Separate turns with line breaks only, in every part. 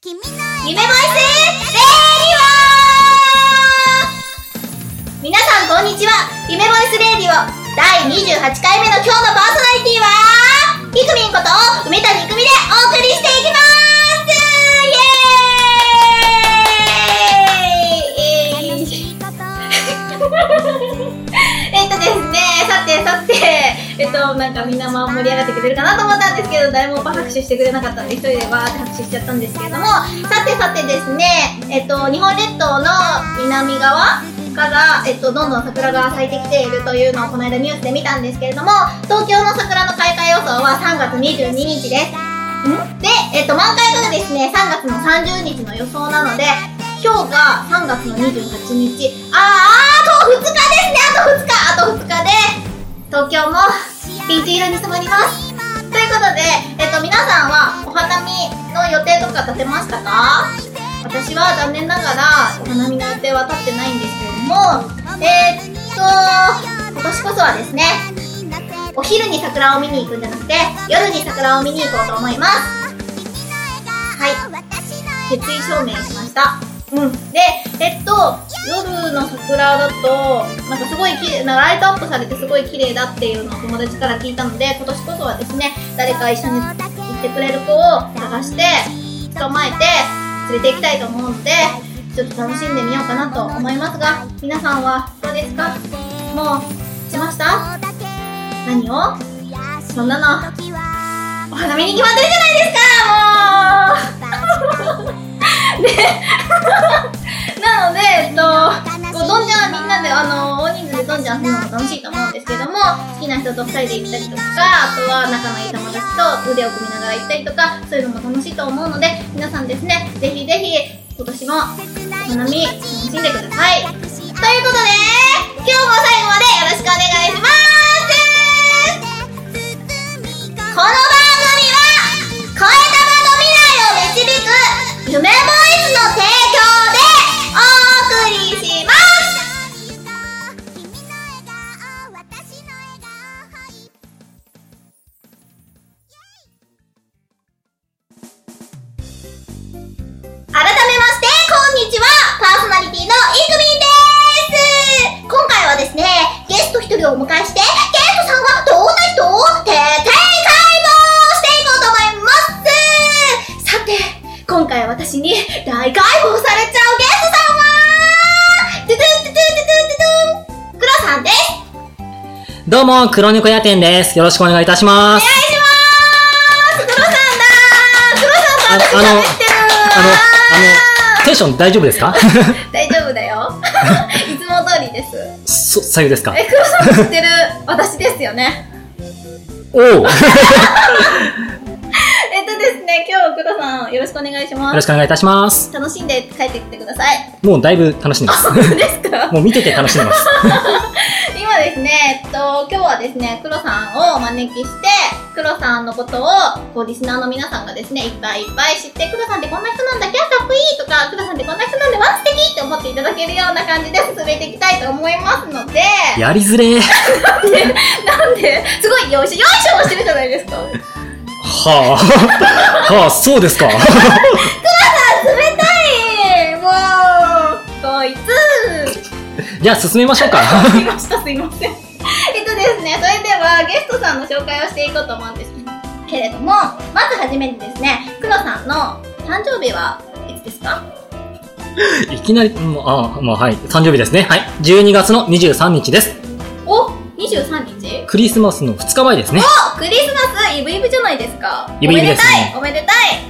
君の
夢ボイスレディオ皆さんこんにちは夢ボイスレディオ 第28回目の今日のパーソナリティはイクミンこと梅谷育美でお送りしていきますイエーイ
楽しいこと
えっとですね、さてさて、えっと、なんかみんなまあ盛り上がってくれるかなと思ったんですけど、誰も拍手してくれなかったんで、一人でわーって拍手しちゃったんですけれども、さてさてですね、えっと、日本列島の南側から、えっと、どんどん桜が咲いてきているというのをこの間ニュースで見たんですけれども、東京の桜の開花予想は3月22日です。んで、えっと、満開がですね、3月の30日の予想なので、今日が3月の28日、あー、あと2日ですね、あと2日、あと2日で、東京もピンク色に染まります。ということで、えっと、皆さんはお花見の予定とか立てましたか私は残念ながらお花見の予定は立ってないんですけれども、えー、っと、今年こそはですね、お昼に桜を見に行くんじゃなくて、夜に桜を見に行こうと思います。はい。決意表明しました。うん。で、えっと、夜の桜だと、なんかすごい綺麗、なんかライトアップされてすごい綺麗だっていうのを友達から聞いたので、今年こそはですね、誰か一緒に行ってくれる子を探して、捕まえて、連れて行きたいと思うので、ちょっと楽しんでみようかなと思いますが、皆さんはどうですかもう、しました何をそんなのお花見に決まってるじゃないですかもうなのでえっとこうどんじゃんみんなであの大人数でどんじゃんするのが楽しいと思うんですけども好きな人と2人で行ったりとかあとは仲のいい友達と腕を組みながら行ったりとかそういうのも楽しいと思うので皆さんですねぜひぜひ今年もお花見楽しんでくださいということで今日も最後までよろしくお願いしますこの番組は声玉の未来を導く夢ボイスの提供でお送りします改めましてこんにちはパーソナリティのイクミンです今回はですねゲスト一人をお迎えしてゲストさんはどんな人徹底解剖していこうと思いますさて今回私に大解剖されちゃうゲストさんはトゥトゥトゥトゥトゥトゥトゥクロさんです
どうも、黒猫屋店です。よろしくお願いいたしま
お願いします
す。
黒さんだ黒さんと私喋ってる
あの、あの、テンション大丈夫ですか
大丈夫だよ いつも通りです
そ、左右です か
え、黒さん知ってる私ですよね
おおよ
えっとですね、今日黒さんよろしくお願いしま
ろし
す
くお願いいたします。
楽しんで帰ってきてください
もうだいぶ楽しんでま
あ、
す
そう。ですか
もう見てて楽しんでます。
今ですね、えっと、今日はですね、黒さんをお招きして、黒さんのことを、こう、リスナーの皆さんがですね、いっぱいいっぱい知って、黒さんってこんな人なんだ、キャーかっこいいとか、黒さんってこんな人なんで、わあ素敵って思っていただけるような感じで進めていきたいと思いますので、
やりづれー。
なんで、すごいよいしょ、よいしょしてるじゃないですか。
はあ、はあ、そうですか。
冷たいもう、こいつ
じゃあ進めましょうか。
すいました、すいま せん。えっとですね、それではゲストさんの紹介をしていこうと思うんですけれども、まずはじめにですね、黒さんの誕生日はいつですか
いきなり、うんあ、まあはい、誕生日ですね。はい、12月の23日です。
お !23 日
クリスマスの2日前ですね。
おクリスマスイブイブじゃないですか。
イブイブですね
おめでたいおめ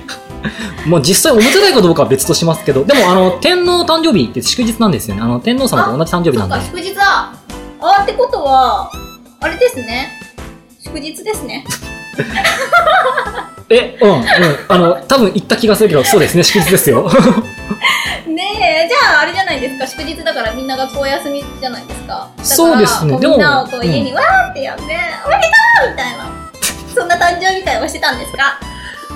で
もう実際おめでたいかどうかは別としますけど、でもあの、天皇誕生日って祝日なんですよね。あの、天皇様と同じ誕生日
たい
な
そ
ん
っ
で
か、。祝日だあってことは、あれですね。祝日ですね。
え、うん、うん。あの、多分行った気がするけど、そうですね、祝日です よ。
ねえ、じゃああれじゃないですか。祝日だからみんな学校休みじゃないですか。だから
そうですね
こう
でも
みんなをこう家にわーってやって、おめでとうみたいな。そんな誕生日会をしてたんですか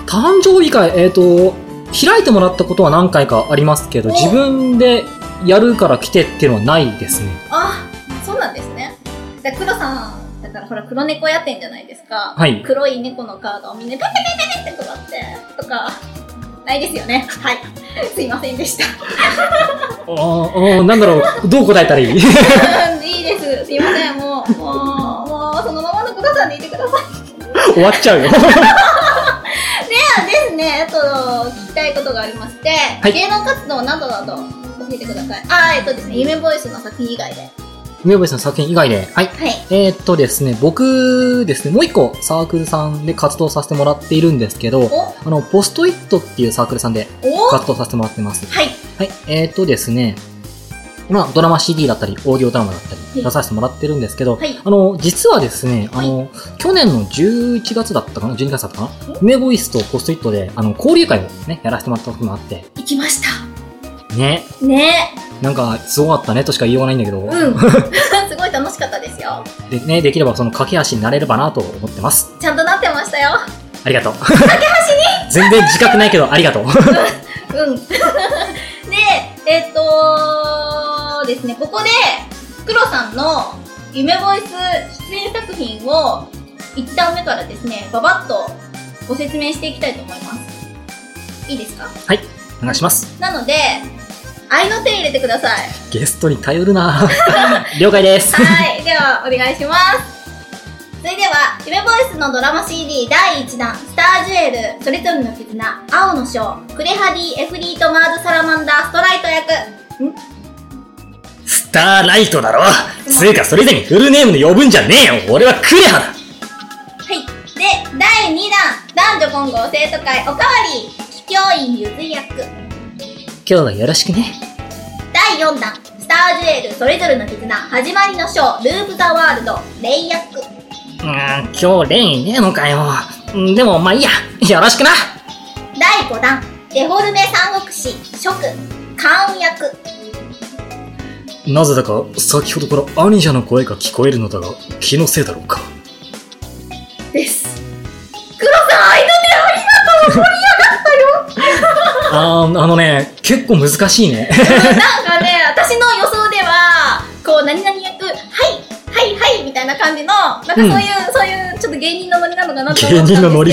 誕生日会、えっ、と、開いてもらったことは何回かありますけど、
お
自分でやるから来てっていうのはないですね。
あ、そうなんですね。だから黒さん、だからほら黒猫やってんじゃないですか。
はい
黒い猫のカードをみんなペペペペペって配って、とか、ないですよね。はい。すいませんで した。
おーおーなんだろう、どう答えたらいい
うんいいです。すいません。もう、もう、もう、そのままのことさんでいてください。
終わっちゃう よ。
ではですね、あと、聞きたいことがありまして、
い
芸能活動などなど教えてください。あー、えっとですね、夢ボイスの作品以外で。はい。
ムーブスの作品以外で。はい。えーっとですね、僕ですね、もう一個サークルさんで活動させてもらっているんですけど、
お
あの、ポストイットっていうサークルさんで
おは
活動させてもらってます。
い。
はい。えーっとですね、まあ、ドラマ CD だったり、オーディオドラマだった
い
り、出させてもらってるんですけど、
はい
あの、実はですね、あの、去年の11月だったかな ?12 月だったかな梅ボイスとポストイットで、あの、交流会をね、やらせてもらったこともあって、
行きました。
ね、
ね
なんか、すごかったねとしか言いようがないんだけど、
うん。 すごい楽しかったですよ。
でね、できればその駆け足になれればなと思ってます。
ちゃんとなってましたよ。
ありがとう。駆け足に 全然自覚ないけど、ありがとう。
うん。 で、えっ、とですね、ここで、黒さんの夢ボイス出演作品を、1段目からですね、ばばっとご説明していきたいと思います。いいですか
お願いします。
なので、愛の手入れてください。
ゲストに頼るな 了解です。
はい、ではお願いします。それでは、夢ボイスのドラマ CD 第1弾、スタージュエル、それぞれの絆、青の章、クレハディ、エフリート、マーズ、サラマンダー、ストライト役。ん
スターライトだろつうか、それ以前にフルネームで呼ぶんじゃねえよ俺はクレハだ
はい。で、第2弾、男女混合生徒会、おかわり、桔梗院ゆず役。
今日はよろしくね。
第4弾、スタージュエル、それぞれの絆、始まりの章、ループザワールド、レイ役。
うーん、今日レインいねえのかよ。うんでも、まあいいや。よろしくな。
第5弾、デフォルメ三国志、諸君、関羽役。
なぜだか、先ほどからアニジャの声が聞こえるのだが、気のせいだろうか。
です。黒さん、愛の手ありがとう
あー、あのね、結構難しいね。
なんかね、私の予想では、こう、何々役、はい、はい、はい、みたいな感じの、なんかそういう、
うん
そういう、ちょっと芸人のノリなのかなと思ったんですけ
芸人の
ど
ノリ、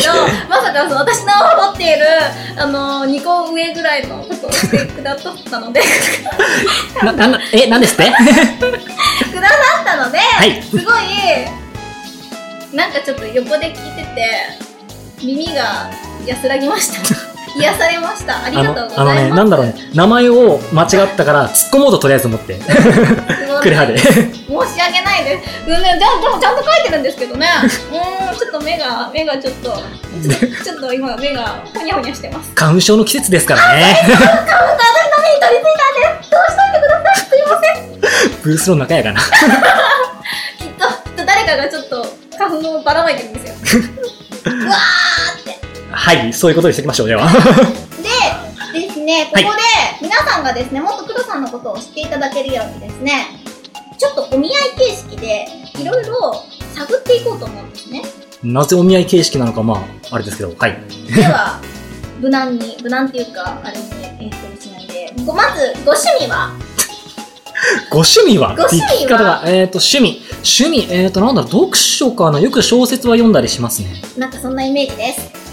まさかその私の踊っている、あの、2個上ぐらいのことをしてくださったので、
な、なんだ、え、なんですって
くださったので、
はい
すごい、なんかちょっと横で聞いてて、耳が安らぎま した。癒されました。ありがとうございます。
あのね、なんだろうね、名前を間違ったから、突っ込もうととりあえず 思って、
すごい
クレハで。
申し訳ないです。うん、ね、じゃあでもちゃんと書いてるんですけどね。うーん、ちょっと目が、目がちょっと、ちょっと、ちょっと今目がほにゃほにゃして ます。
花粉症の季節ですからね。
花粉が私の目に取り付いたんです。どうしといてください。すいません。
ブースの中やかな。
きっと、きっと誰かがちょっと花粉をばらまいてるんですよ。うわーって。
はい、そういうことにしておきましょう、では。は
で、ですね、ここ
は
で
い、
皆さんがですね、もっと黒さんのことを知っていただけるようにですね、ちょっとお見合い形式で、いろいろ探っていこうと思うん ですね。
いなぜお見合い形式なのか、まあ、あれですけど、はい。
では、無難に、無難っていうか、あれですね、えっと、ちなんで、ごまず、ご趣味は
ご趣味は
ご趣味は
って聞き方が、えっ、と、趣味。趣味、えっ、と、なんだろう、読書かな。よく小説は読んだりしますね。
なんかそんなイメージです。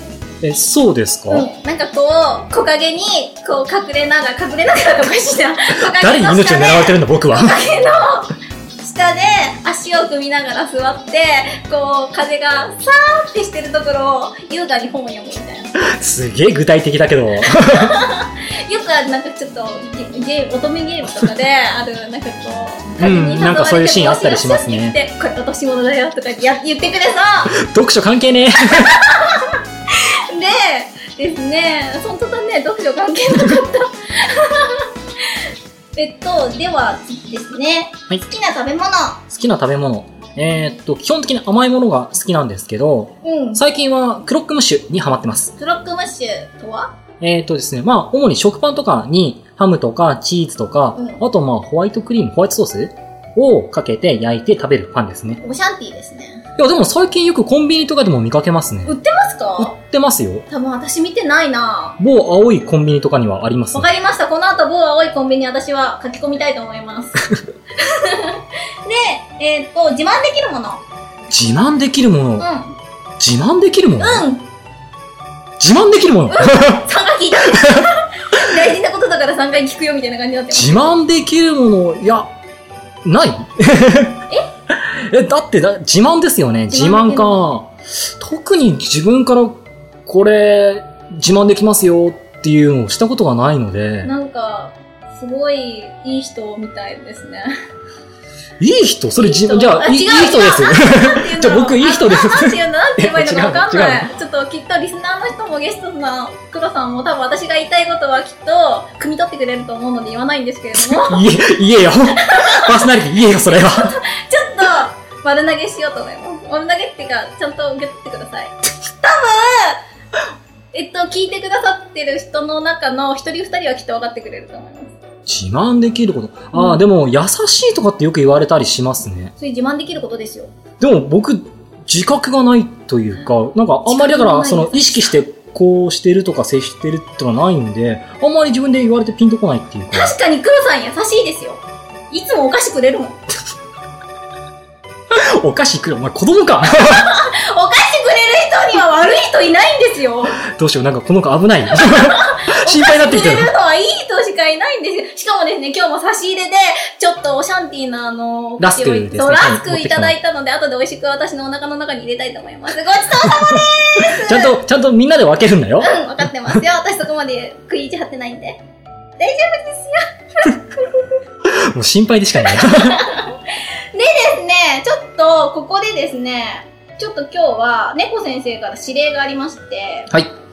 え、そうですか、
うん。なんかこう、木陰に、こう、隠れながら、隠れながらとかし な、木
誰に
陰の
命を
下
狙われて
で、
るん だ、僕は。
下で足を組みながら座って、こう、風がさーってしてるところを、優雅に本を読むみたいな。
すげえ具体的だけど。
よくあるなんかちょっとゲゲーム乙女ゲームとかであるなんかこう
うんなんかそういうシーンあったりしますね
って言ってこれ落とし物だよとかや言ってくれそ
読書関係ね
うでですね本当だね読書関係なかったえっとでは次ですね、
はい
好きな食べ物
好きな食べ物。えーっと、基本的に甘いものが好きなんですけど、
うん
最近はクロックムッシュにハマってます。
クロックムッシュとは
えーっとですね、まあ、主に食パンとかにハムとかチーズとか、
うん
あとまあ、ホワイトクリーム、ホワイトソースをかけて焼いて食べるパンですね。
オシャンティーですね
いや、でも最近よくコンビニとかでも見かけますね。
売ってます
売
か
ってますよ。
多分私見てないな
某青いコンビニとかにはあります
わ
ね。
かりました。この後、某青いコンビニ、私は書き込みたいと思います。 で、えーっと、自慢できるもの。
自慢できるもの。
う
自慢できるもの、
ん。うん。
自自慢できるもの
3回聞い た大事なことだから3回聞くよみたいな感じになってます
自慢できるもの、いや、ない えだってだ、自慢ですよね。
自
自
慢でき
慢
る
か。特に自分から、これ、自慢できますよっていうのをしたことがないので、
なんかすごいいい人みたいですね
いい人それ
いい
自
人
分、じゃ
あ
あ、いいい
違う
い人です。
なんて言うんだろう
じゃあ僕いい人です
あなんて言うなんて言えばいいのかわかんな い
違
ちょっときっとリスナーの人もゲストの黒さんも多分私が言いたいことはきっと汲み取ってくれると思うので言わないんですけれども
言え、言えよ。 パーソナリティ言えよ、それは。
ちょっと丸投げしようと思います。丸投げっていうか、ちゃんと受け取ってください。多分えっと、聞いてくださってる人の中の一人二人はきっと分かってくれると思います。
自慢できること。あ
う
あ、
ん
でも、優しいとかってよく言われたりしますね。
それ自慢できることですよ。
でも、僕、自覚がないというか、なんか、あんまりだ
自覚が
か
な
ら、
い
その、意識して、こうしてるとか、接してるってのはないんで、あんまり自分で言われてピンとこないっていう か。
確かに黒さん優しいですよ。いつもお菓子くれるもん。お菓
お菓子食う。お前、子供か。
子 くれる人には悪い人いないんですよ。
どうしよう、なんか、この子危ない。 心配になってき
く
た
れ
よ
る。の はいい人しかいないんですよ。しかもですね、今日も差し入れで、ちょっとオシャンティーなあの、
ラスクですね
そうラス
は
ク
い
いただいたので、後で美味しく私のお腹の中に入れたいと思います。ごちそうさま
ちゃんと、ちゃんとみんなで分けるんだよ。
うん、分かってますよ。私そこまで食い意地張ってないんで。大丈夫ですよ。
もう心配でし かない。
ですね、ちょっと、ここでですね、ちょっと今日は、猫先生から指令がありまして、
はい。